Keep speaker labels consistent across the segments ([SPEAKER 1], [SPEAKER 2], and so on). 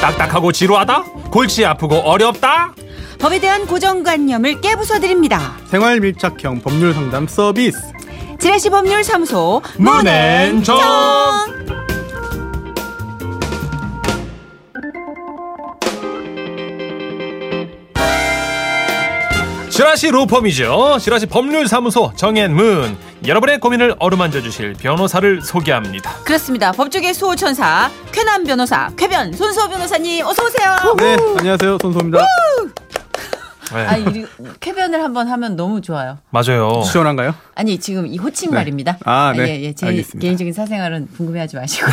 [SPEAKER 1] 딱딱하고 지루하다? 골치 아프고 어렵다?
[SPEAKER 2] 법에 대한 고정관념을 깨부숴드립니다.
[SPEAKER 3] 생활 밀착형 법률 상담 서비스.
[SPEAKER 2] 지라시 법률사무소
[SPEAKER 1] 문앤정.
[SPEAKER 2] 문앤정.
[SPEAKER 1] 지라시 로펌이죠. 지라시 법률사무소 정앤문 여러분의 고민을 어루만져 주실 변호사를 소개합니다.
[SPEAKER 2] 그렇습니다. 법조계 수호천사 쾌남 변호사 쾌변 손수호 변호사님 어서 오세요.
[SPEAKER 3] 네, 안녕하세요. 손소입니다.
[SPEAKER 1] 네,
[SPEAKER 4] 아, 이 쾌변을 한번 하면 너무 좋아요.
[SPEAKER 1] 맞아요.
[SPEAKER 3] 시원한가요?
[SPEAKER 4] 아니 지금 이 호칭
[SPEAKER 3] 네.
[SPEAKER 4] 말입니다.
[SPEAKER 3] 아, 네.
[SPEAKER 4] 예, 예. 제
[SPEAKER 3] 알겠습니다.
[SPEAKER 4] 개인적인 사생활은 궁금해하지 마시고.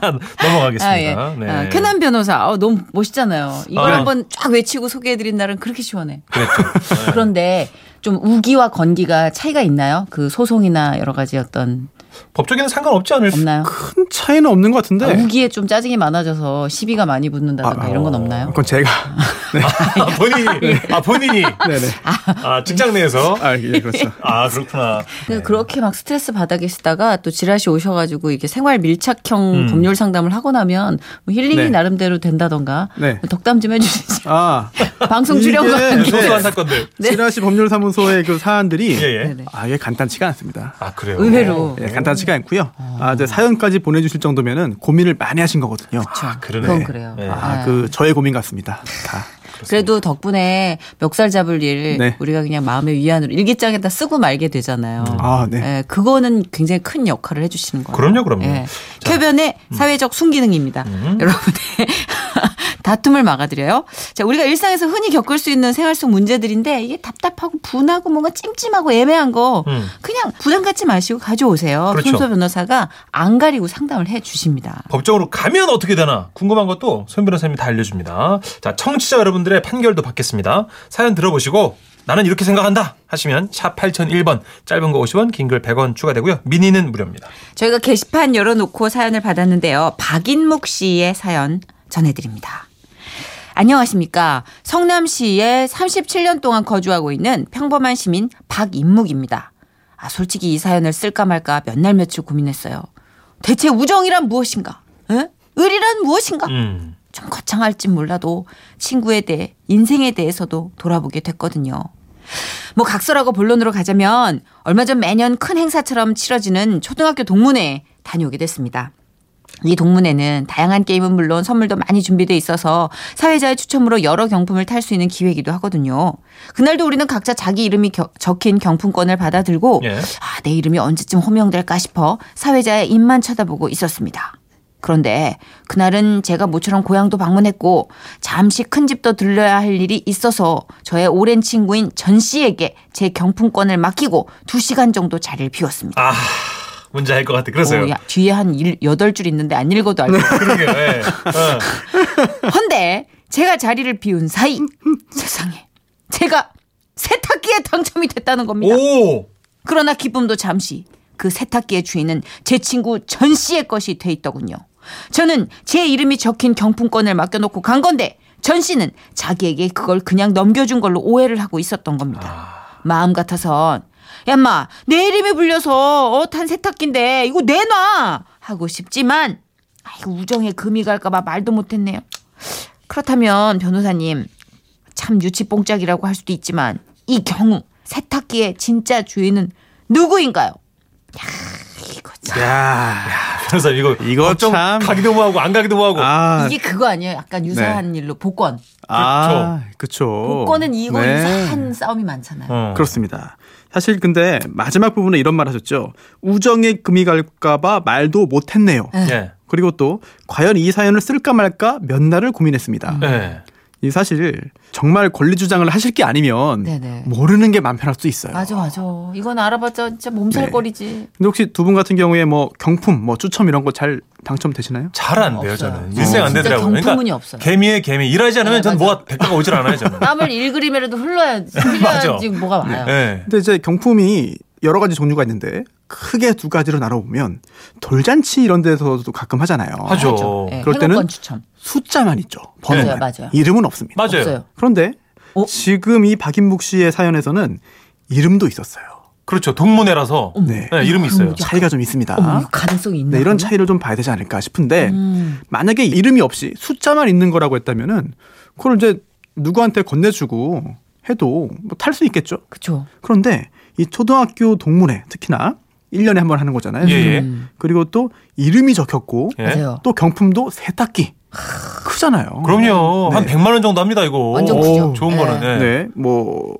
[SPEAKER 1] 넘어가겠습니다. 네.
[SPEAKER 4] 아, 예.
[SPEAKER 3] 네.
[SPEAKER 4] 아, 쾌남 변호사. 어, 너무 멋있잖아요. 이걸
[SPEAKER 1] 아.
[SPEAKER 4] 한번 쫙 외치고 소개해드린 날은 그렇게 시원해.
[SPEAKER 1] 그랬죠.
[SPEAKER 3] 네.
[SPEAKER 4] 그런데 좀 우기와 건기가 차이가 있나요? 그 소송이나 여러 가지 어떤
[SPEAKER 1] 법조계는 상관없지 않을
[SPEAKER 4] 없나요?
[SPEAKER 3] 큰 차이는 없는 것 같은데.
[SPEAKER 4] 아, 우기에 좀 짜증이 많아져서 시비가 많이 붙는다든가
[SPEAKER 3] 네. 아,
[SPEAKER 4] 이런 건 없나요?
[SPEAKER 3] 그건 제가. 네,
[SPEAKER 1] 아, 본인이
[SPEAKER 4] 예.
[SPEAKER 1] 아 본인이
[SPEAKER 3] 네네.
[SPEAKER 1] 아 직장 내에서
[SPEAKER 3] 아, 예, 그렇죠.
[SPEAKER 1] 아 그렇구나.
[SPEAKER 4] 그- 그렇게 막 스트레스 받아 계시다가 또 지라시 오셔가지고 이게 생활 밀착형
[SPEAKER 1] 음.
[SPEAKER 4] 법률 상담을 하고 나면 뭐 힐링이
[SPEAKER 3] 네.
[SPEAKER 4] 나름대로 된다던가
[SPEAKER 3] 네.
[SPEAKER 4] 뭐 덕담 좀 해주시지.
[SPEAKER 3] 아,
[SPEAKER 4] 방송 출연과
[SPEAKER 3] 이게-
[SPEAKER 4] 함께.
[SPEAKER 3] 네.
[SPEAKER 1] 소소한 사건들.
[SPEAKER 3] 지라시 법률사무소의 그 사안들이
[SPEAKER 1] 예예.
[SPEAKER 4] 네네.
[SPEAKER 3] 아예 간단치가 않습니다.
[SPEAKER 1] 아 그래요.
[SPEAKER 4] 의외로.
[SPEAKER 3] 예, 간단치가 않고요. 아, 이제 사연까지 보내주실 정도면은 고민을 많이 하신 거거든요.
[SPEAKER 1] 그러네.
[SPEAKER 4] 그렇죠. 그건 그래요.
[SPEAKER 1] 네.
[SPEAKER 3] 아, 그 저의 고민 같습니다. 다.
[SPEAKER 4] 그래도 덕분에 멱살 잡을 일
[SPEAKER 3] 네.
[SPEAKER 4] 우리가 그냥 마음의 위안으로 일기장에다 쓰고 말게 되잖아요.
[SPEAKER 3] 아, 네.
[SPEAKER 4] 예, 그거는 굉장히 큰 역할을 해주시는 거예요.
[SPEAKER 1] 그럼요, 그럼요.
[SPEAKER 4] 예.
[SPEAKER 1] 자. 음.
[SPEAKER 4] 쾌변의 사회적 순기능입니다. 여러분의 다툼을 막아드려요. 자, 우리가 일상에서 흔히 겪을 수 있는 생활 속 문제들인데 이게 답답하고 분하고 뭔가 찜찜하고 애매한 거
[SPEAKER 1] 음.
[SPEAKER 4] 그냥 부담 갖지 마시고 가져오세요.
[SPEAKER 1] 그렇죠.
[SPEAKER 4] 손소 변호사가 안 가리고 상담을 해 주십니다.
[SPEAKER 1] 법적으로 가면 어떻게 되나 궁금한 것도 손 변호사님이 다 알려줍니다. 자, 청취자 여러분들의 판결도 받겠습니다. 사연 들어보시고 나는 이렇게 생각한다 하시면 샵 8001번 짧은 거 50원 긴 글 100원 추가되고요. 미니는 무료입니다.
[SPEAKER 4] 저희가 게시판 열어놓고 사연을 받았는데요. 박인목 씨의 사연 전해드립니다. 안녕하십니까. 성남시에 37년 동안 거주하고 있는 평범한 시민 박인묵입니다. 아, 솔직히 이 사연을 쓸까 말까 몇 날 며칠 고민했어요. 대체 우정이란 무엇인가? 에? 을이란 무엇인가?
[SPEAKER 1] 음.
[SPEAKER 4] 좀 거창할진 몰라도 친구에 대해 인생에 대해서도 돌아보게 됐거든요. 뭐 각서라고 본론으로 가자면 얼마 전 매년 큰 행사처럼 치러지는 초등학교 동문회에 다녀오게 됐습니다. 이 동문회는 다양한 게임은 물론 선물도 많이 준비돼 있어서 사회자의 추첨으로 여러 경품을 탈 수 있는 기회이기도 하거든요. 그날도 우리는 각자 자기 이름이 겨- 적힌 경품권을 받아들고
[SPEAKER 1] 예.
[SPEAKER 4] 아, 내 이름이 언제쯤 호명될까 싶어 사회자의 입만 쳐다보고 있었습니다. 그런데 그날은 제가 모처럼 고향도 방문했고 잠시 큰 집도 들려야 할 일이 있어서 저의 오랜 친구인 전 씨에게 제 경품권을 맡기고 2시간 정도 자리를 비웠습니다.
[SPEAKER 1] 아, 문제 알 것 같아. 그러세요.
[SPEAKER 4] 오, 야, 뒤에 한 일, 8줄 있는데 안 읽어도 알것 같아.
[SPEAKER 1] 그러게요. 예. 어.
[SPEAKER 4] 헌데 제가 자리를 비운 사이 세상에 제가 세탁기에 당첨이 됐다는 겁니다.
[SPEAKER 1] 오!
[SPEAKER 4] 그러나 기쁨도 잠시 그 세탁기의 주인은 제 친구 전 씨의 것이 돼 있더군요. 저는 제 이름이 적힌 경품권을 맡겨놓고 간 건데 전 씨는 자기에게 그걸 그냥 넘겨준 걸로 오해를 하고 있었던 겁니다. 마음 같아선 야마 내 이름이 불려서 어 탄 세탁기인데 이거 내놔 하고 싶지만 아이고 우정에 금이 갈까봐 말도 못했네요. 그렇다면 변호사님 참 유치뽕짝이라고 할 수도 있지만 이 경우 세탁기의 진짜 주인은 누구인가요? 야, 이거 참.
[SPEAKER 3] 야,
[SPEAKER 1] 변호사님 이거
[SPEAKER 3] 이거
[SPEAKER 1] 걱정
[SPEAKER 3] 참.
[SPEAKER 1] 가기도 뭐하고 안 가기도 뭐하고.
[SPEAKER 3] 아, 네.
[SPEAKER 4] 이게 그거 아니에요? 약간 유사한 일로 복권.
[SPEAKER 3] 아, 그쵸.
[SPEAKER 4] 복권은 이거
[SPEAKER 3] 네.
[SPEAKER 4] 유사한 싸움이 많잖아요.
[SPEAKER 1] 어.
[SPEAKER 3] 그렇습니다. 사실 근데 마지막 부분에 이런 말 하셨죠. 우정에 금이 갈까봐 말도 못했네요.
[SPEAKER 1] 예.
[SPEAKER 3] 그리고 또 과연 이 사연을 쓸까 말까 몇 날을 고민했습니다.
[SPEAKER 4] 네.
[SPEAKER 1] 예.
[SPEAKER 3] 이 사실 정말 권리 주장을 하실 게 아니면
[SPEAKER 4] 네네.
[SPEAKER 3] 모르는 게 마음 편할 수도 있어요.
[SPEAKER 4] 맞아 맞아. 이건 알아봤자 진짜
[SPEAKER 3] 네.
[SPEAKER 4] 몸살거리지.
[SPEAKER 3] 근데 혹시 두 분 같은 경우에 뭐 경품, 뭐 추첨 이런 거 잘 당첨되시나요?
[SPEAKER 1] 잘 안 돼요,
[SPEAKER 4] 없어요.
[SPEAKER 1] 저는. 일생 안
[SPEAKER 4] 진짜
[SPEAKER 1] 되더라고요. 그러니까
[SPEAKER 4] 경품운이 없어요.
[SPEAKER 1] 개미의 개미. 일하지 않으면
[SPEAKER 4] 네,
[SPEAKER 1] 전
[SPEAKER 4] 맞아.
[SPEAKER 1] 뭐가 대가가 오질 않아요, 저는.
[SPEAKER 4] 땀을 일그림이라도 흘러야지. 흘려야지 뭐가 와요.
[SPEAKER 3] 네.
[SPEAKER 1] 예.
[SPEAKER 3] 근데 이제 경품이 여러 가지 종류가 있는데 크게 두 가지로 나눠보면 돌잔치 이런 데서도 가끔 하잖아요.
[SPEAKER 1] 하죠.
[SPEAKER 4] 예,
[SPEAKER 3] 그럴 때는
[SPEAKER 4] 행운권 추첨.
[SPEAKER 3] 숫자만 있죠. 번호만.
[SPEAKER 4] 맞아요, 맞아요.
[SPEAKER 3] 이름은 없습니다.
[SPEAKER 1] 맞아요.
[SPEAKER 4] 없어요.
[SPEAKER 3] 그런데
[SPEAKER 4] 어?
[SPEAKER 3] 지금 이 박인묵 씨의 사연에서는 이름도 있었어요.
[SPEAKER 1] 그렇죠. 동문회라서
[SPEAKER 4] 음.
[SPEAKER 3] 네.
[SPEAKER 1] 네, 이름이 있어요.
[SPEAKER 3] 차이가 좀 있습니다.
[SPEAKER 4] 어머, 이거 가능성이 있나?
[SPEAKER 3] 아. 네, 이런
[SPEAKER 4] 그러면?
[SPEAKER 3] 차이를 좀 봐야 되지 않을까 싶은데
[SPEAKER 4] 음.
[SPEAKER 3] 만약에 이름이 없이 숫자만 있는 거라고 했다면은 그걸 이제 누구한테 건네주고 해도 뭐 탈 수 있겠죠.
[SPEAKER 4] 그쵸.
[SPEAKER 3] 그런데 이 초등학교 동문회 특히나 1년에 한 번 하는 거잖아요. 음.
[SPEAKER 1] 예, 예.
[SPEAKER 3] 그리고 또 이름이 적혔고
[SPEAKER 1] 예.
[SPEAKER 4] 맞아요.
[SPEAKER 3] 또 경품도 세탁기 크잖아요.
[SPEAKER 1] 그럼요.
[SPEAKER 3] 네.
[SPEAKER 1] 한 100만 원 정도 합니다, 이거.
[SPEAKER 4] 완전 크죠.
[SPEAKER 1] 좋은
[SPEAKER 4] 네.
[SPEAKER 1] 거는. 네.
[SPEAKER 3] 네, 뭐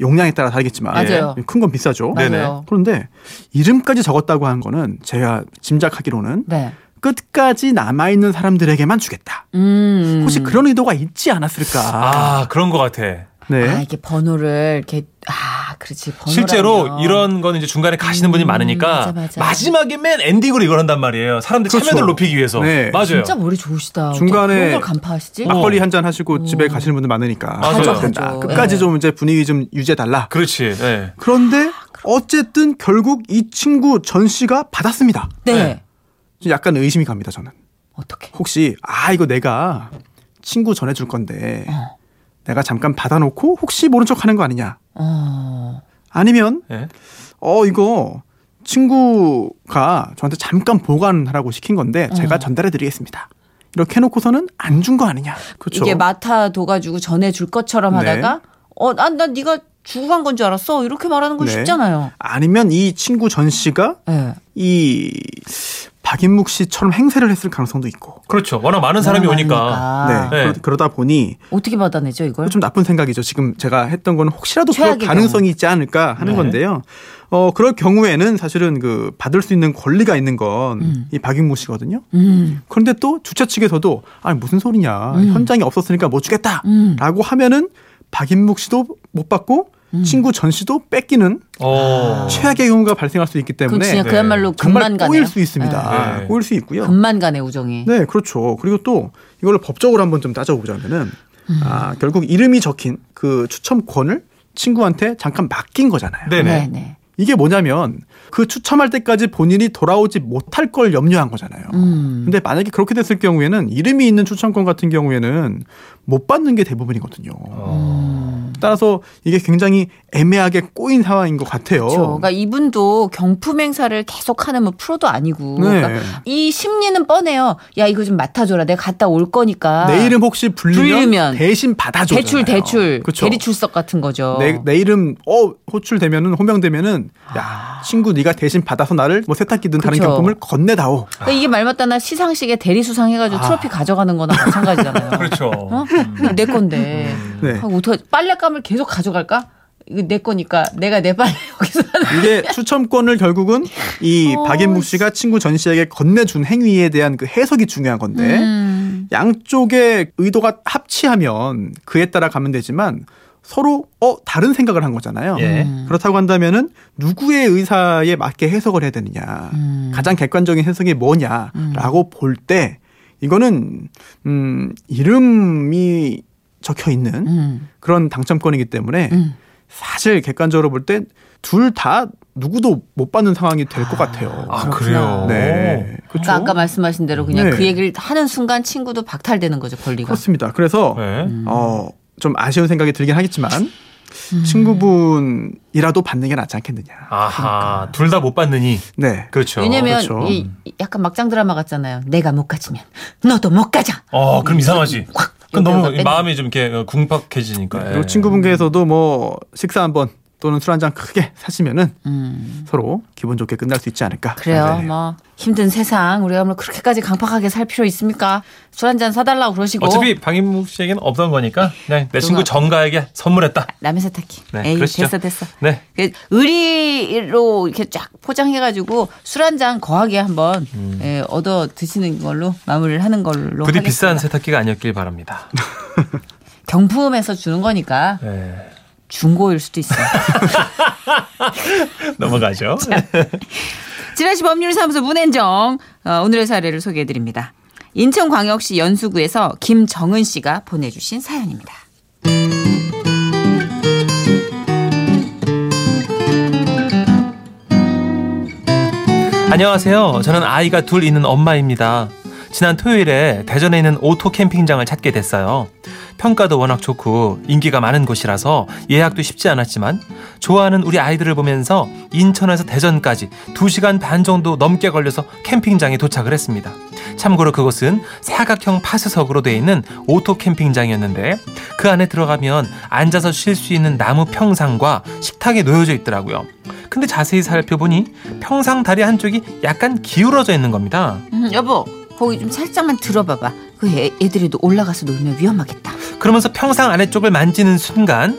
[SPEAKER 3] 용량에 따라 다르겠지만 예,
[SPEAKER 4] 맞아요.
[SPEAKER 3] 큰 건 비싸죠.
[SPEAKER 1] 네.
[SPEAKER 4] 맞아요.
[SPEAKER 3] 그런데 이름까지 적었다고 한 거는 제가 짐작하기로는
[SPEAKER 4] 네.
[SPEAKER 3] 끝까지 남아 있는 사람들에게만 주겠다.
[SPEAKER 4] 음.
[SPEAKER 3] 혹시 그런 의도가 있지 않았을까?
[SPEAKER 1] 아, 그런 것 같아.
[SPEAKER 3] 네.
[SPEAKER 4] 아, 이게 번호를 이렇게 아, 그렇지. 번호
[SPEAKER 1] 실제로 이런 건 이제 중간에 가시는 분이
[SPEAKER 4] 음,
[SPEAKER 1] 많으니까
[SPEAKER 4] 맞아, 맞아.
[SPEAKER 1] 마지막에 맨 엔딩으로 이걸 한단 말이에요. 사람들
[SPEAKER 3] 그렇죠.
[SPEAKER 1] 참여도를 높이기 위해서.
[SPEAKER 3] 네.
[SPEAKER 1] 맞아요.
[SPEAKER 4] 진짜 머리 좋으시다. 어떻게
[SPEAKER 3] 중간에
[SPEAKER 4] 그런 걸 간파하시지?
[SPEAKER 1] 막-
[SPEAKER 3] 막걸리
[SPEAKER 1] 어.
[SPEAKER 3] 한 잔 하시고 집에 가시는 분들 많으니까
[SPEAKER 1] 맞아요.
[SPEAKER 3] 가져야 된다.
[SPEAKER 4] 가죠.
[SPEAKER 3] 끝까지
[SPEAKER 4] 예.
[SPEAKER 3] 좀 이제 분위기 좀 유지해 달라.
[SPEAKER 1] 그렇지. 네.
[SPEAKER 3] 그런데
[SPEAKER 4] 아,
[SPEAKER 3] 어쨌든 결국 이 친구 전 씨가 받았습니다.
[SPEAKER 4] 네.
[SPEAKER 1] 네.
[SPEAKER 3] 좀 약간 의심이 갑니다. 저는
[SPEAKER 4] 어떻게?
[SPEAKER 3] 혹시 아 이거 내가 친구 전해줄 건데
[SPEAKER 4] 어.
[SPEAKER 3] 내가 잠깐 받아놓고 혹시 모른 척하는 거 아니냐?
[SPEAKER 4] 어.
[SPEAKER 3] 아니면
[SPEAKER 1] 네.
[SPEAKER 3] 어 이거 친구가 저한테 잠깐 보관하라고 시킨 건데
[SPEAKER 4] 음.
[SPEAKER 3] 제가 전달해드리겠습니다. 이렇게 해놓고서는 안 준 거 아니냐? 그렇죠.
[SPEAKER 4] 이게 맡아둬 가지고 전해 줄 것처럼
[SPEAKER 3] 네.
[SPEAKER 4] 하다가 어, 난, 난 네가 주고 간 건 줄 알았어. 이렇게 말하는 건
[SPEAKER 3] 네.
[SPEAKER 4] 쉽잖아요.
[SPEAKER 3] 아니면 이 친구 전 씨가
[SPEAKER 4] 예.
[SPEAKER 3] 이 박인묵 씨처럼 행세를 했을 가능성도 있고.
[SPEAKER 1] 그렇죠. 워낙 많은 사람이
[SPEAKER 4] 너무
[SPEAKER 1] 오니까.
[SPEAKER 4] 많으니까.
[SPEAKER 3] 네.
[SPEAKER 1] 네.
[SPEAKER 3] 그러, 그러다 보니
[SPEAKER 4] 어떻게 받아내죠, 이걸?
[SPEAKER 3] 좀 나쁜 생각이죠. 지금 제가 했던 건 혹시라도 그럴
[SPEAKER 4] 최악의
[SPEAKER 3] 가능성이 있지 않을까 하는
[SPEAKER 1] 네.
[SPEAKER 3] 건데요. 어, 그럴 경우에는 사실은 그 받을 수 있는 권리가 있는 건 이 박인무 씨거든요.
[SPEAKER 4] 음.
[SPEAKER 3] 그런데 또 주최 측에서도 아니 무슨 소리냐
[SPEAKER 4] 음.
[SPEAKER 3] 현장이 없었으니까 못 주겠다라고
[SPEAKER 4] 음.
[SPEAKER 3] 하면은 박인묵 씨도 못 받고 친구 전 씨도 뺏기는
[SPEAKER 4] 아.
[SPEAKER 1] 어.
[SPEAKER 3] 최악의 경우가 발생할 수 있기
[SPEAKER 4] 그럼
[SPEAKER 3] 때문에
[SPEAKER 4] 진짜
[SPEAKER 1] 네.
[SPEAKER 4] 그야말로
[SPEAKER 3] 정말
[SPEAKER 4] 금만 가네요. 예.
[SPEAKER 3] 꼬일 수 있습니다.
[SPEAKER 1] 네.
[SPEAKER 3] 꼬일 수 있고요.
[SPEAKER 4] 금만 가네 우정이.
[SPEAKER 3] 네, 그렇죠. 그리고 또 이걸 법적으로 한번 좀 따져보자면은 아, 결국 이름이 적힌 그 추첨권을 친구한테 잠깐 맡긴 거잖아요.
[SPEAKER 1] 네네.
[SPEAKER 4] 네,
[SPEAKER 3] 이게 뭐냐면 그 추첨할 때까지 본인이 돌아오지 못할 걸 염려한 거잖아요.
[SPEAKER 4] 음.
[SPEAKER 3] 근데 만약에 그렇게 됐을 경우에는 이름이 있는 추천권 같은 경우에는 못 받는 게 대부분이거든요.
[SPEAKER 4] 음.
[SPEAKER 1] 어.
[SPEAKER 3] 따라서 이게 굉장히 애매하게 꼬인 상황인 것 같아요.
[SPEAKER 4] 그렇죠. 그러니까 이분도 경품 행사를 계속하는 뭐 프로도 아니고
[SPEAKER 3] 네.
[SPEAKER 4] 그러니까 이 심리는 뻔해요. 야 이거 좀 맡아줘라. 내가 갔다 올 거니까.
[SPEAKER 3] 내 이름 혹시 불리면,
[SPEAKER 4] 불리면
[SPEAKER 3] 대신 받아줘.
[SPEAKER 4] 대출 대출
[SPEAKER 3] 그렇죠.
[SPEAKER 4] 대리 출석 같은 거죠. 그러니까
[SPEAKER 3] 내, 내 이름 어 호출되면은 호명되면은 야 친구 네가 대신 받아서 나를 뭐 세탁기든 다른
[SPEAKER 4] 아. 그쵸.
[SPEAKER 3] 경품을 건네다오.
[SPEAKER 4] 그러니까 이게 말마따나 시상식에 대리 수상해가지고
[SPEAKER 3] 아.
[SPEAKER 4] 트로피 가져가는 거나 마찬가지잖아요.
[SPEAKER 1] 그렇죠.
[SPEAKER 4] 어? 이거 내 건데.
[SPEAKER 3] 네.
[SPEAKER 4] 아, 어떡하지? 빨랫감을 계속 가져갈까? 이거 내 거니까 내가 내 빨래 여기서 하는
[SPEAKER 3] 이게 추첨권을 결국은 이
[SPEAKER 4] 어,
[SPEAKER 3] 박인묵 씨가 친구 전 씨에게 건네준 행위에 대한 그 해석이 중요한 건데
[SPEAKER 4] 음.
[SPEAKER 3] 양쪽의 의도가 합치하면 그에 따라 가면 되지만 서로 어 다른 생각을 한 거잖아요.
[SPEAKER 1] 예.
[SPEAKER 4] 음.
[SPEAKER 3] 그렇다고 한다면은 누구의 의사에 맞게 해석을 해야 되느냐,
[SPEAKER 4] 음.
[SPEAKER 3] 가장 객관적인 해석이 뭐냐라고 볼 때 이거는 음 이름이 적혀 있는
[SPEAKER 4] 음.
[SPEAKER 3] 그런 당첨권이기 때문에
[SPEAKER 4] 음.
[SPEAKER 3] 사실 객관적으로 볼 때 둘 다 누구도 못 받는 상황이 될 것 같아요.
[SPEAKER 1] 아,
[SPEAKER 4] 그렇구나.
[SPEAKER 1] 그래요.
[SPEAKER 3] 네, 그렇죠.
[SPEAKER 4] 그러니까 아까 말씀하신 대로 그냥
[SPEAKER 3] 네.
[SPEAKER 4] 그 얘기를 하는 순간 친구도 박탈되는 거죠 권리가.
[SPEAKER 3] 그렇습니다. 그래서
[SPEAKER 1] 네.
[SPEAKER 4] 음.
[SPEAKER 3] 어, 좀 아쉬운 생각이 들긴 하겠지만 친구분이라도 받는 게 낫지 않겠느냐.
[SPEAKER 1] 아하. 둘 다 못 받느니.
[SPEAKER 3] 네.
[SPEAKER 1] 그렇죠.
[SPEAKER 4] 그러니까. 왜냐면
[SPEAKER 3] 그렇죠.
[SPEAKER 4] 이 이- 약간 막장 드라마 같잖아요. 내가 못 가지면 너도 못 가자.
[SPEAKER 1] 어,
[SPEAKER 4] 음.
[SPEAKER 1] 그럼 이상하지. 그럼
[SPEAKER 4] 여기다가
[SPEAKER 1] 너무
[SPEAKER 4] 뺀-
[SPEAKER 1] 마음이 좀 이렇게 어, 궁박해지니까.
[SPEAKER 3] 그리고
[SPEAKER 1] 예.
[SPEAKER 3] 네, 친구분께서도 뭐 식사 한번 또는 술 한 잔 크게 사시면은
[SPEAKER 4] 음.
[SPEAKER 3] 서로 기분 좋게 끝날 수 있지 않을까.
[SPEAKER 4] 그래요.
[SPEAKER 1] 아,
[SPEAKER 3] 네.
[SPEAKER 4] 뭐 힘든 세상 우리가 뭐 그렇게까지 강팍하게 살 필요 있습니까? 술 한 잔 사달라고 그러시고
[SPEAKER 1] 어차피 박인묵 씨에게는 없던 거니까 그냥 내 친구
[SPEAKER 4] 누가-
[SPEAKER 1] 정가에게 선물했다.
[SPEAKER 4] 남의 세탁기.
[SPEAKER 1] 네,
[SPEAKER 4] 에이
[SPEAKER 1] 그러시죠.
[SPEAKER 4] 됐어 됐어.
[SPEAKER 1] 네.
[SPEAKER 4] 그 의리로 이렇게 쫙 포장해가지고 술 한 잔 거하게 한번 예, 얻어 드시는 걸로 마무리를 하는 걸로.
[SPEAKER 1] 음. 부디
[SPEAKER 4] 하겠습니다.
[SPEAKER 1] 비싼 세탁기가 아니었길 바랍니다.
[SPEAKER 4] 경품에서 주는 거니까
[SPEAKER 1] 네.
[SPEAKER 4] 중고일 수도 있어요.
[SPEAKER 1] 넘어가죠.
[SPEAKER 4] 지라시 법률사무소 문앤정 어, 오늘의 사례를 소개해드립니다. 인천광역시 연수구에서 김정은 씨가 보내주신 사연입니다.
[SPEAKER 1] 안녕하세요. 저는 아이가 둘 있는 엄마입니다. 지난 토요일에 대전에 있는 오토 캠핑장을 찾게 됐어요. 평가도 워낙 좋고 인기가 많은 곳이라서 예약도 쉽지 않았지만 좋아하는 우리 아이들을 보면서 인천에서 대전까지 2시간 반 정도 넘게 걸려서 캠핑장에 도착을 했습니다. 참고로 그곳은 사각형 파스석으로 되어 있는 오토 캠핑장이었는데 그 안에 들어가면 앉아서 쉴 수 있는 나무 평상과 식탁이 놓여져 있더라고요. 근데 자세히 살펴보니 평상 다리 한쪽이 약간 기울어져 있는 겁니다.
[SPEAKER 4] 음, 여보 거기 좀 살짝만 들어봐봐. 그 애, 애들이도 올라가서 놀면 위험하겠다.
[SPEAKER 1] 그러면서 평상 아래 쪽을 만지는 순간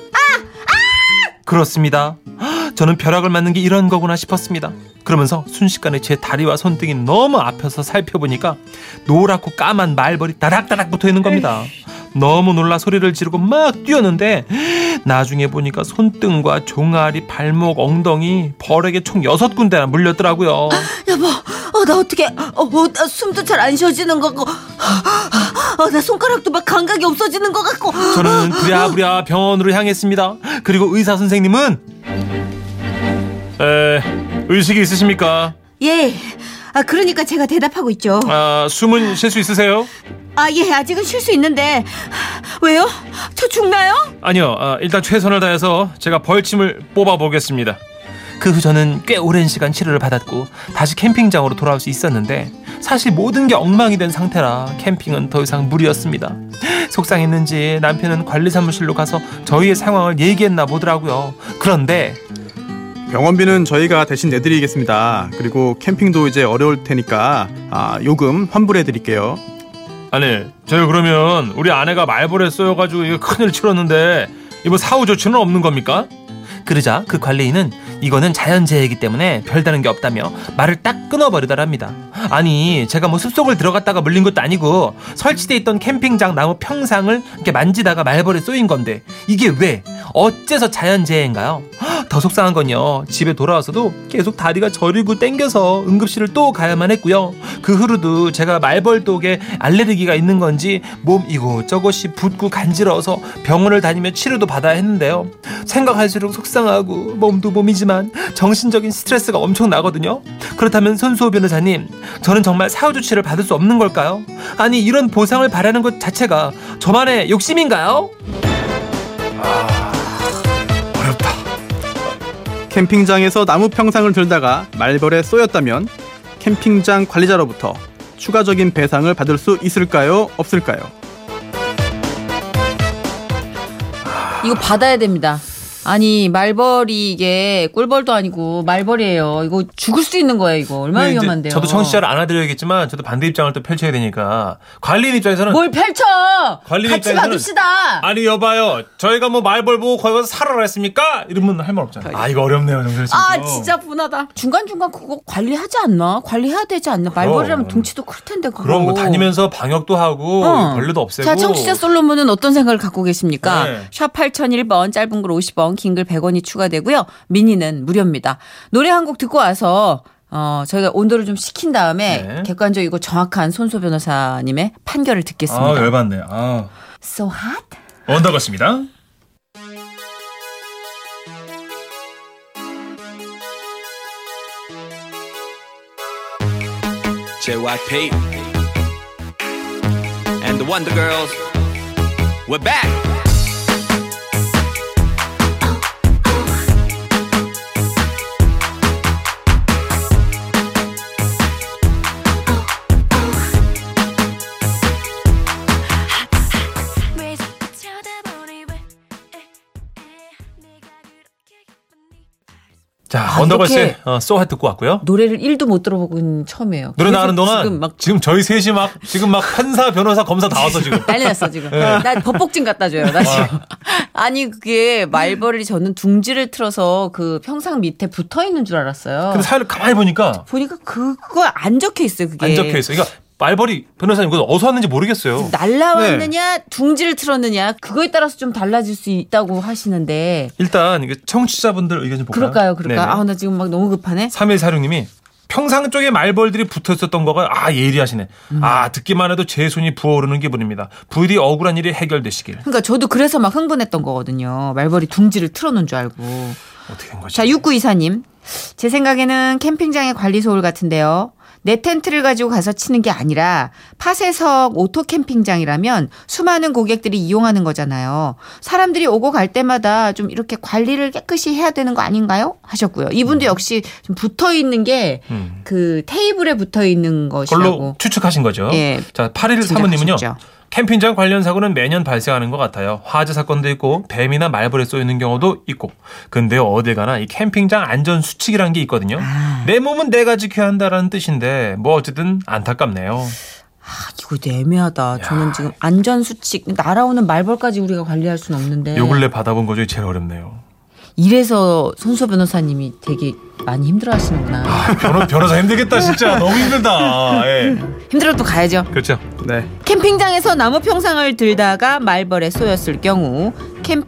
[SPEAKER 1] 그렇습니다. 헉, 저는 벼락을 맞는 게 이런 거구나 싶었습니다. 그러면서 순식간에 제 다리와 손등이 너무 앞에서 살펴보니까 노랗고 까만 말벌이 다락다락 붙어 있는 겁니다. 너무 놀라 소리를 지르고 막 뛰었는데 나중에 보니까 손등과 종아리, 발목, 엉덩이 벌에게 총 여섯 군데나 물렸더라고요.
[SPEAKER 4] 여보, 어, 나 어떻게? 어, 어, 나 숨도 잘 안 쉬어지는 것 같고, 어, 나 손가락도 막 감각이 없어지는 것 같고.
[SPEAKER 1] 저는 부랴부랴 병원으로 향했습니다. 그리고 의사 선생님은 에, 의식이 있으십니까?
[SPEAKER 4] 예, 아 그러니까 제가 대답하고 있죠.
[SPEAKER 1] 아, 숨은 쉴 수 있으세요?
[SPEAKER 4] 아 예, 아직은 쉴 수 있는데 왜요? 저 죽나요?
[SPEAKER 1] 아니요. 아, 일단 최선을 다해서 제가 벌침을 뽑아 보겠습니다. 그 후 저는 꽤 오랜 시간 치료를 받았고 다시 캠핑장으로 돌아올 수 있었는데 사실 모든 게 엉망이 된 상태라 캠핑은 더 이상 무리였습니다. 속상했는지 남편은 관리 사무실로 가서 저희의 상황을 얘기했나 보더라고요. 그런데
[SPEAKER 3] 병원비는 저희가 대신 내드리겠습니다. 그리고 캠핑도 이제 어려울 테니까 아, 요금 환불해 드릴게요.
[SPEAKER 1] 아니 저희 그러면 우리 아내가 말벌에 쏘여가지고 이거 큰일 치렀는데 이번 사후 조치는 없는 겁니까? 그러자 그 관리인은 이거는 자연재해이기 때문에 별다른 게 없다며 말을 딱 끊어버리더랍니다. 아니 제가 뭐 숲속을 들어갔다가 물린 것도 아니고 설치돼 있던 캠핑장 나무 평상을 이렇게 만지다가 말벌에 쏘인 건데 이게 왜 어째서 자연재해인가요? 헉, 더 속상한 건요 집에 돌아와서도 계속 다리가 저리고 땡겨서 응급실을 또 가야만 했고요. 그 후로도 제가 말벌독에 알레르기가 있는 건지 몸 이곳저곳이 붓고 간지러워서 병원을 다니며 치료도 받아야 했는데요. 생각할수록 속상하고 몸도 몸이지만 정신적인 스트레스가 엄청 나거든요. 그렇다면 손수호 변호사님, 저는 정말 사후 조치를 받을 수 없는 걸까요? 아니 이런 보상을 바라는 것 자체가 저만의 욕심인가요?
[SPEAKER 3] 캠핑장에서 나무 평상을 들다가 말벌에 쏘였다면 캠핑장 관리자로부터 추가적인 배상을 받을 수 있을까요? 없을까요?
[SPEAKER 4] 이거 받아야 됩니다. 아니 말벌이 이게 꿀벌도 아니고 말벌이에요. 이거 죽을 수 있는 거예요. 이거 얼마나
[SPEAKER 1] 근데 네, 이제
[SPEAKER 4] 위험한데요.
[SPEAKER 1] 저도 청취자를 안아드려야겠지만 저도 반대 입장을 또 펼쳐야 되니까 관리인 입장에서는
[SPEAKER 4] 뭘 펼쳐?
[SPEAKER 1] 관리인
[SPEAKER 4] 같이
[SPEAKER 1] 입장에서는-
[SPEAKER 4] 봐둡시다.
[SPEAKER 1] 아니 여봐요 저희가 뭐 말벌 보고 거기 가서 살아라 했습니까? 이러면 할 말 없잖아요 아 이거 어렵네요 정선 씨
[SPEAKER 2] 아 진짜 분하다.
[SPEAKER 4] 중간중간 그거 관리하지 않나? 관리해야 되지 않나? 말벌이라면 덩치도 클 텐데 그거.
[SPEAKER 1] 그럼 뭐 다니면서 방역도 하고
[SPEAKER 4] 어.
[SPEAKER 1] 벌레도 없애고
[SPEAKER 4] 자, 청취자 솔로몬은 어떤 생각을 갖고 계십니까?
[SPEAKER 1] 네.
[SPEAKER 4] 샵 8001번, 짧은 글 50원, 긴 글 100원이 추가되고요. 미니는 무료입니다. 노래 한 곡 듣고 와서, 어, 저희가 온도를 좀 식힌 다음에
[SPEAKER 1] 네.
[SPEAKER 4] 객관적이고 정확한 손소 변호사님의 판결을
[SPEAKER 1] 아
[SPEAKER 4] 듣겠습니다.
[SPEAKER 1] 열받네 아
[SPEAKER 4] So hot?
[SPEAKER 1] 언더걸스입니다
[SPEAKER 5] JYP and the Wonder Girls. We're back.
[SPEAKER 6] 왜 자꾸 쳐다보니 왜 에, 에, 내가 그렇게 예쁘니
[SPEAKER 1] 자
[SPEAKER 4] 아,
[SPEAKER 1] 언더걸스의
[SPEAKER 4] 이렇게-
[SPEAKER 1] 어, 소핫 듣고 왔고요
[SPEAKER 4] 노래를 1도 못 들어보고 처음이에요.
[SPEAKER 1] 노래 나가는
[SPEAKER 4] 계속
[SPEAKER 1] 동안
[SPEAKER 4] 지금
[SPEAKER 1] 지금,
[SPEAKER 4] 막
[SPEAKER 1] 저희 셋이 막 지금 막 판사 변호사 검사 다 왔어 지금
[SPEAKER 4] 난리 났어 지금.
[SPEAKER 1] 네.
[SPEAKER 4] 나 법복증 갖다 줘요. 나 지금. 아니 그게 말벌이 저는 둥지를 틀어서 그 평상 밑에 붙어 있는 줄 알았어요.
[SPEAKER 1] 근데 사연을 가만히 보니까
[SPEAKER 4] 보니까 그거 안 적혀 있어요. 그게.
[SPEAKER 1] 안 적혀있어요 그러니까 말벌이 변호사님 그거 어디서 왔는지 모르겠어요 네.
[SPEAKER 4] 날라왔느냐 둥지를 틀었느냐 그거에 따라서 좀 달라질 수 있다고 하시는데
[SPEAKER 1] 일단 이거 청취자분들 의견 좀 볼까요?
[SPEAKER 4] 그럴까요? 그럴까?
[SPEAKER 1] 네네.
[SPEAKER 4] 아나 지금 막 너무 급하네.
[SPEAKER 1] 3146님이 평상 쪽에 말벌들이 붙어 있었던 거가 아 예리하시네.
[SPEAKER 4] 음.
[SPEAKER 1] 아 듣기만 해도 제 손이 부어오르는 기분입니다. 부디 억울한 일이 해결되시길.
[SPEAKER 4] 그러니까 저도 그래서 막 흥분했던 거거든요. 말벌이 둥지를 틀어놓은 줄 알고.
[SPEAKER 1] 어떻게 된 거지?
[SPEAKER 4] 자, 육구 이사님. 제 생각에는 캠핑장의 관리소울 같은데요. 내 텐트를 가지고 가서 치는 게 아니라 파세석 오토 캠핑장이라면 수많은 고객들이 이용하는 거잖아요. 사람들이 오고 갈 때마다 좀 이렇게 관리를 깨끗이 해야 되는 거 아닌가요? 하셨고요. 이분도 역시 좀 붙어 있는 게
[SPEAKER 1] 음.
[SPEAKER 4] 그 테이블에 붙어 있는
[SPEAKER 1] 걸로
[SPEAKER 4] 것이라고.
[SPEAKER 1] 추측하신 거죠.
[SPEAKER 4] 예.
[SPEAKER 1] 자, 8일 사모님은요.
[SPEAKER 4] 짐작하셨죠.
[SPEAKER 1] 캠핑장 관련 사고는 매년 발생하는 것 같아요. 화재 사건도 있고 뱀이나 말벌에 쏘이는 경우도 있고. 근데 어딜 가나 이 캠핑장 안전 수칙이란 게 있거든요.
[SPEAKER 4] 아.
[SPEAKER 1] 내 몸은 내가 지켜야 한다라는 뜻인데 뭐 어쨌든 안타깝네요.
[SPEAKER 4] 아, 이거 되게 애매하다. 저는 지금 안전 수칙 날아오는 말벌까지 우리가 관리할 수는 없는데.
[SPEAKER 1] 요 근래 받아본 것 중에 제일 어렵네요.
[SPEAKER 4] 이래서 손수 변호사님이 되게 많이
[SPEAKER 1] 아,
[SPEAKER 4] 힘들어하시는구나.
[SPEAKER 1] 변호, 변호사 힘들겠다 진짜 너무 힘들다. 예.
[SPEAKER 4] 힘들어도 가야죠.
[SPEAKER 1] 그렇죠.
[SPEAKER 3] 네.
[SPEAKER 4] 캠핑장에서 나무 평상을 들다가 말벌에 쏘였을 경우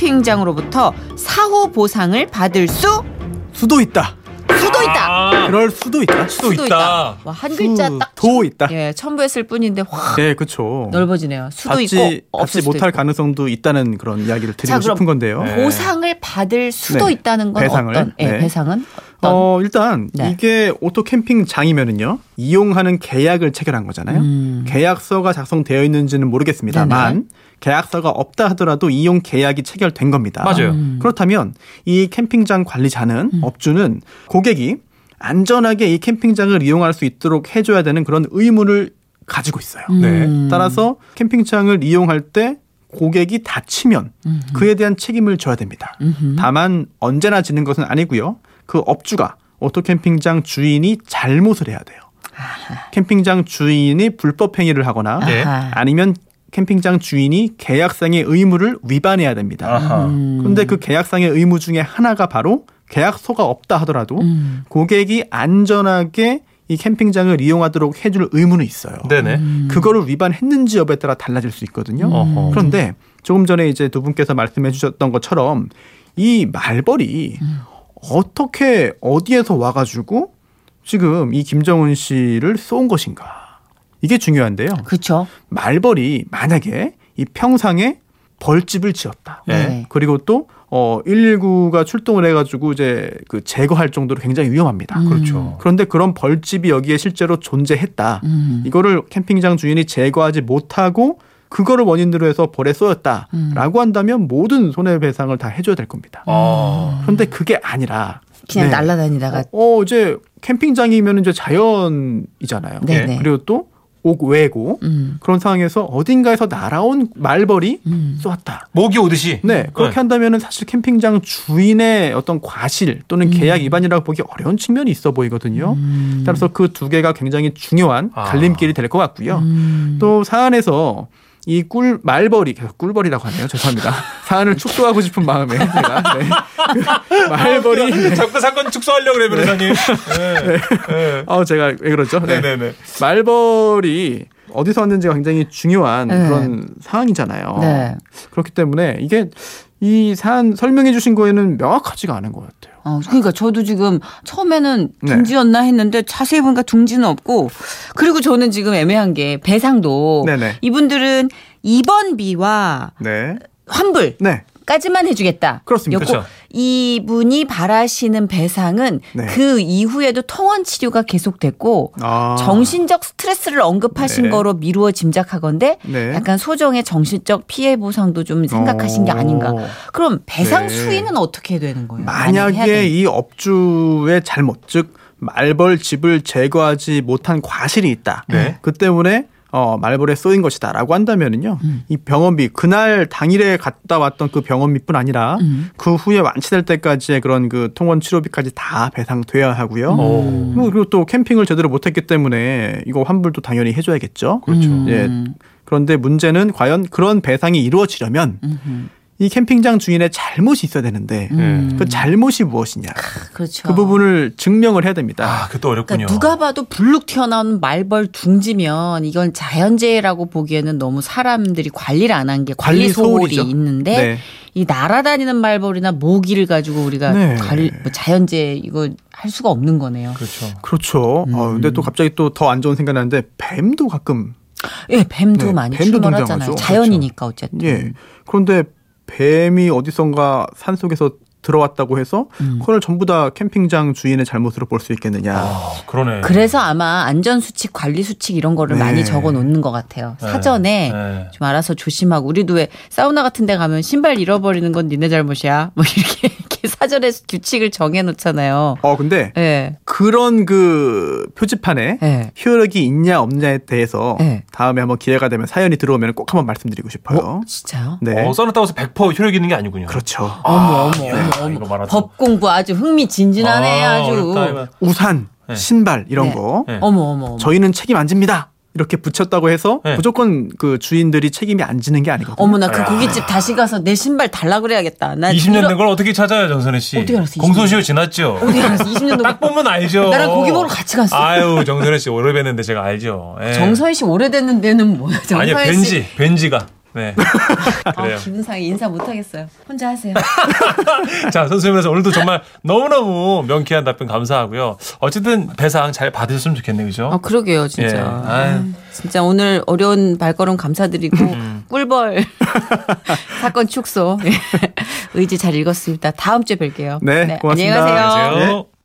[SPEAKER 4] 캠핑장으로부터 사후 보상을 받을 수
[SPEAKER 3] 수도 있다.
[SPEAKER 4] 수도 있다.
[SPEAKER 1] 아,
[SPEAKER 3] 그럴 수도 있다.
[SPEAKER 1] 수도 있다.
[SPEAKER 4] 와, 한 글자 딱
[SPEAKER 3] 도 있다.
[SPEAKER 4] 예, 첨부했을 뿐인데 확
[SPEAKER 3] 네, 그렇죠.
[SPEAKER 4] 넓어지네요. 수도
[SPEAKER 3] 받지,
[SPEAKER 4] 있고
[SPEAKER 3] 받지
[SPEAKER 4] 없을 수도
[SPEAKER 3] 못할
[SPEAKER 4] 있고.
[SPEAKER 3] 가능성도 있다는 그런 이야기를 드리고
[SPEAKER 4] 그럼
[SPEAKER 3] 싶은 건데요.
[SPEAKER 1] 네.
[SPEAKER 4] 보상을 받을 수도
[SPEAKER 3] 네.
[SPEAKER 4] 있다는 건
[SPEAKER 3] 배상을?
[SPEAKER 4] 어떤 예,
[SPEAKER 3] 네.
[SPEAKER 4] 배상은 어떤
[SPEAKER 3] 어, 일단
[SPEAKER 4] 네.
[SPEAKER 3] 이게 오토 캠핑장이면은요. 이용하는 계약을 체결한 거잖아요.
[SPEAKER 4] 음.
[SPEAKER 3] 계약서가 작성되어 있는지는 모르겠습니다만
[SPEAKER 4] 네,
[SPEAKER 3] 계약서가 없다 하더라도 이용 계약이 체결된 겁니다.
[SPEAKER 1] 맞아요.
[SPEAKER 4] 음.
[SPEAKER 3] 그렇다면 이 캠핑장 관리자는 업주는 고객이 안전하게 이 캠핑장을 이용할 수 있도록 해 줘야 되는 그런 의무를 가지고 있어요.
[SPEAKER 4] 음.
[SPEAKER 1] 네.
[SPEAKER 3] 따라서 캠핑장을 이용할 때 고객이 다치면 그에 대한 책임을 져야 됩니다. 다만 언제나 지는 것은 아니고요. 그 업주가 오토 캠핑장 주인이 잘못을 해야 돼요. 캠핑장 주인이 불법 행위를 하거나
[SPEAKER 1] 예.
[SPEAKER 4] 아하.
[SPEAKER 3] 아니면 캠핑장 주인이 계약상의 의무를 위반해야 됩니다.
[SPEAKER 1] 아하.
[SPEAKER 4] 음.
[SPEAKER 3] 그런데 그 계약상의 의무 중에 하나가 바로 계약서가 없다 하더라도 고객이 안전하게 이 캠핑장을 이용하도록 해줄 의무는 있어요.
[SPEAKER 1] 네네.
[SPEAKER 3] 그거를 위반했는지 여부에 따라 달라질 수 있거든요.
[SPEAKER 1] 음. 어허.
[SPEAKER 3] 그런데 조금 전에 이제 두 분께서 말씀해 주셨던 것처럼 이 말벌이
[SPEAKER 1] 음.
[SPEAKER 3] 어떻게 어디에서 와가지고 지금 이 김정은 씨를 쏜 것인가 이게 중요한데요.
[SPEAKER 4] 그렇죠.
[SPEAKER 3] 말벌이 만약에 이 평상에 벌집을 지었다.
[SPEAKER 1] 네.
[SPEAKER 4] 네.
[SPEAKER 3] 그리고 또 어, 119가 출동을 해가지고 이제 그 제거할 정도로 굉장히 위험합니다.
[SPEAKER 1] 그렇죠.
[SPEAKER 3] 그런데 그런 벌집이 여기에 실제로 존재했다.
[SPEAKER 4] 음.
[SPEAKER 3] 이거를 캠핑장 주인이 제거하지 못하고 그거를 원인으로 해서 벌에
[SPEAKER 4] 음.
[SPEAKER 3] 쏘였다라고 한다면 모든 손해배상을 다 해줘야 될 겁니다.
[SPEAKER 1] 아.
[SPEAKER 3] 그런데 그게 아니라
[SPEAKER 4] 그냥
[SPEAKER 3] 네.
[SPEAKER 4] 날아다니다가
[SPEAKER 3] 어, 어, 이제 캠핑장이면 이제 자연이잖아요.
[SPEAKER 4] 네,
[SPEAKER 1] 예.
[SPEAKER 4] 네.
[SPEAKER 3] 그리고 또 옥외고
[SPEAKER 4] 음.
[SPEAKER 3] 그런 상황에서 어딘가에서 날아온 말벌이 쏘았다.
[SPEAKER 1] 모기 오듯이.
[SPEAKER 3] 네, 그렇게 한다면은 사실 캠핑장 주인의 어떤 과실 또는 계약 위반이라고 보기 어려운 측면이 있어 보이거든요. 따라서 그 두 개가 굉장히 중요한
[SPEAKER 1] 아.
[SPEAKER 3] 갈림길이 될 것 같고요. 또 사안에서 이 꿀 말벌이 계속 꿀벌이라고 하네요. 죄송합니다. 사안을 축소하고 싶은 마음에 제가 네. 그 말벌이
[SPEAKER 1] 네. 자꾸 사건 축소하려고 그래 변호사님. 네. 네.
[SPEAKER 3] 어 제가 왜 그러죠? 네.
[SPEAKER 1] 네네네.
[SPEAKER 3] 말벌이 어디서 왔는지가 굉장히 중요한
[SPEAKER 4] 네.
[SPEAKER 3] 그런 상황이잖아요.
[SPEAKER 4] 네.
[SPEAKER 3] 그렇기 때문에 이게 이 사안 설명해 주신 거에는 명확하지가 않은 것 같아요.
[SPEAKER 4] 어, 그러니까 저도 지금 처음에는
[SPEAKER 3] 네.
[SPEAKER 4] 둥지였나 했는데 자세히 보니까 둥지는 없고 그리고 저는 지금 애매한 게 배상도
[SPEAKER 3] 네네.
[SPEAKER 4] 이분들은 입원비와
[SPEAKER 3] 네.
[SPEAKER 4] 환불
[SPEAKER 3] 네.
[SPEAKER 4] 까지만 해주겠다.
[SPEAKER 3] 그렇습니다.
[SPEAKER 4] 였고
[SPEAKER 1] 그렇죠.
[SPEAKER 4] 이분이 바라시는 배상은
[SPEAKER 3] 네.
[SPEAKER 4] 그 이후에도 통원 치료가 계속됐고
[SPEAKER 3] 아.
[SPEAKER 4] 정신적 스트레스를 언급하신
[SPEAKER 3] 네.
[SPEAKER 4] 거로 미루어 짐작하건데
[SPEAKER 3] 네.
[SPEAKER 4] 약간 소정의 정신적 피해 보상도 좀 생각하신 게
[SPEAKER 3] 어.
[SPEAKER 4] 아닌가. 그럼 배상
[SPEAKER 3] 네.
[SPEAKER 4] 수위는 어떻게 되는 거예요? 만약에 해야
[SPEAKER 3] 만약에 이 업주의 잘못 즉 말벌 집을 제거하지 못한 과실이 있다.
[SPEAKER 1] 네.
[SPEAKER 3] 그 때문에 어, 말벌에 쏘인 것이다라고 한다면은요, 이 병원비 그날 당일에 갔다 왔던 그 병원비뿐 아니라 그 후에 완치될 때까지의 그런 그 통원 치료비까지 다 배상돼야 하고요. 뭐 그리고 또 캠핑을 제대로 못했기 때문에 이거 환불도 당연히 해줘야겠죠. 그렇죠. 예.
[SPEAKER 4] 음,
[SPEAKER 3] 그런데 문제는 과연 그런 배상이 이루어지려면 이 캠핑장 주인의 잘못이 있어야 되는데
[SPEAKER 4] 음.
[SPEAKER 3] 그 잘못이 무엇이냐
[SPEAKER 4] 그렇죠.
[SPEAKER 3] 그 부분을 증명을 해야 됩니다.
[SPEAKER 1] 아, 그것도 어렵군요.
[SPEAKER 4] 그러니까 누가 봐도 불룩 튀어나온 말벌 둥지면 이건 자연재해라고 보기에는 너무 사람들이 관리를 안 한 게 관리,
[SPEAKER 3] 관리
[SPEAKER 4] 소홀이
[SPEAKER 3] 소홀이죠.
[SPEAKER 4] 있는데
[SPEAKER 3] 네.
[SPEAKER 4] 이 날아다니는 말벌이나 모기를 가지고 우리가
[SPEAKER 3] 네.
[SPEAKER 4] 관리- 뭐 자연재해 이거 할 수가 없는 거네요.
[SPEAKER 1] 그렇죠.
[SPEAKER 3] 그렇죠.
[SPEAKER 4] 음.
[SPEAKER 3] 어, 근데 또 갑자기 또 더 안 좋은 생각이 나는데 뱀도 가끔
[SPEAKER 4] 예, 뱀도
[SPEAKER 3] 네,
[SPEAKER 4] 많이
[SPEAKER 3] 뱀도
[SPEAKER 4] 출몰하잖아요. 음.
[SPEAKER 3] 등장하죠.
[SPEAKER 4] 자연이니까 어쨌든.
[SPEAKER 3] 예. 그런데 뱀이 어디선가 산 속에서 들어왔다고 해서
[SPEAKER 4] 음.
[SPEAKER 3] 그걸 전부 다 캠핑장 주인의 잘못으로 볼 수 있겠느냐.
[SPEAKER 1] 어,
[SPEAKER 2] 아, 그러네.
[SPEAKER 4] 그래서 아마 안전 수칙, 관리 수칙 이런 거를
[SPEAKER 3] 네.
[SPEAKER 4] 많이 적어 놓는 것 같아요. 사전에
[SPEAKER 2] 네.
[SPEAKER 4] 좀 알아서 조심하고 우리도 왜 사우나 같은 데 가면 신발 잃어버리는 건 니네 잘못이야. 뭐 이렇게, 이렇게 사전에 규칙을 정해 놓잖아요.
[SPEAKER 3] 어 근데
[SPEAKER 4] 예.
[SPEAKER 3] 그런 그 표지판에
[SPEAKER 4] 네.
[SPEAKER 3] 효력이 있냐 없냐에 대해서
[SPEAKER 4] 네.
[SPEAKER 3] 다음에 한번 기회가 되면 사연이 들어오면 꼭 한번 말씀드리고 싶어요.
[SPEAKER 4] 진짜요?
[SPEAKER 3] 네.
[SPEAKER 2] 어, 써놨다고 해서 100% 효력 있는 게 아니군요.
[SPEAKER 3] 그렇죠.
[SPEAKER 2] 어머, 어머, 어머, 이거 말하자.
[SPEAKER 4] 법 공부 아주 흥미진진하네
[SPEAKER 2] 아,
[SPEAKER 4] 아주.
[SPEAKER 2] 어렵다, 이거.
[SPEAKER 3] 우산,
[SPEAKER 2] 네.
[SPEAKER 3] 신발 이런
[SPEAKER 4] 네.
[SPEAKER 3] 거
[SPEAKER 2] 네.
[SPEAKER 4] 어머 어머 어머.
[SPEAKER 3] 저희는 책임 안 집니다. 이렇게 붙였다고 해서
[SPEAKER 2] 네.
[SPEAKER 3] 무조건 그 주인들이 책임이 안 지는 게 아니거든요.
[SPEAKER 4] 어머나 그 고깃집 다시 가서 내 신발 달라 그래야겠다. 나
[SPEAKER 2] 20년
[SPEAKER 4] 이런-
[SPEAKER 2] 된 걸 어떻게 찾아요, 정선혜 씨?
[SPEAKER 4] 어떻게 알았어, 20년?
[SPEAKER 2] 공소시효 지났죠.
[SPEAKER 4] 어디 가서 20년 동안
[SPEAKER 2] 딱 보면 알죠.
[SPEAKER 4] 나랑 고기 먹으러 같이 갔어.
[SPEAKER 2] 아유, 정선혜 씨 오래 뵀는데 제가 알죠. 예.
[SPEAKER 4] 정서희 씨 오래됐는 데는 뭐야? 정서희
[SPEAKER 2] 아니요,
[SPEAKER 4] 씨.
[SPEAKER 2] 벤지, 벤지가. 네.
[SPEAKER 4] 아,
[SPEAKER 2] 그래요.
[SPEAKER 4] 기분상에 인사 못하겠어요. 혼자 하세요.
[SPEAKER 2] 자, 선수님께서 오늘도 정말 너무너무 명쾌한 답변 감사하고요. 어쨌든 배상 잘 받으셨으면 좋겠네요, 그죠?
[SPEAKER 4] 아 그러게요 진짜.
[SPEAKER 2] 예.
[SPEAKER 4] 아,
[SPEAKER 2] 아유.
[SPEAKER 4] 진짜 오늘 어려운 발걸음 감사드리고 꿀벌 사건 축소 예. 의지 잘 읽었습니다. 다음 주에 뵐게요.
[SPEAKER 3] 네, 고맙습니다.
[SPEAKER 4] 안녕히 가세요. 네.
[SPEAKER 2] 안녕하세요.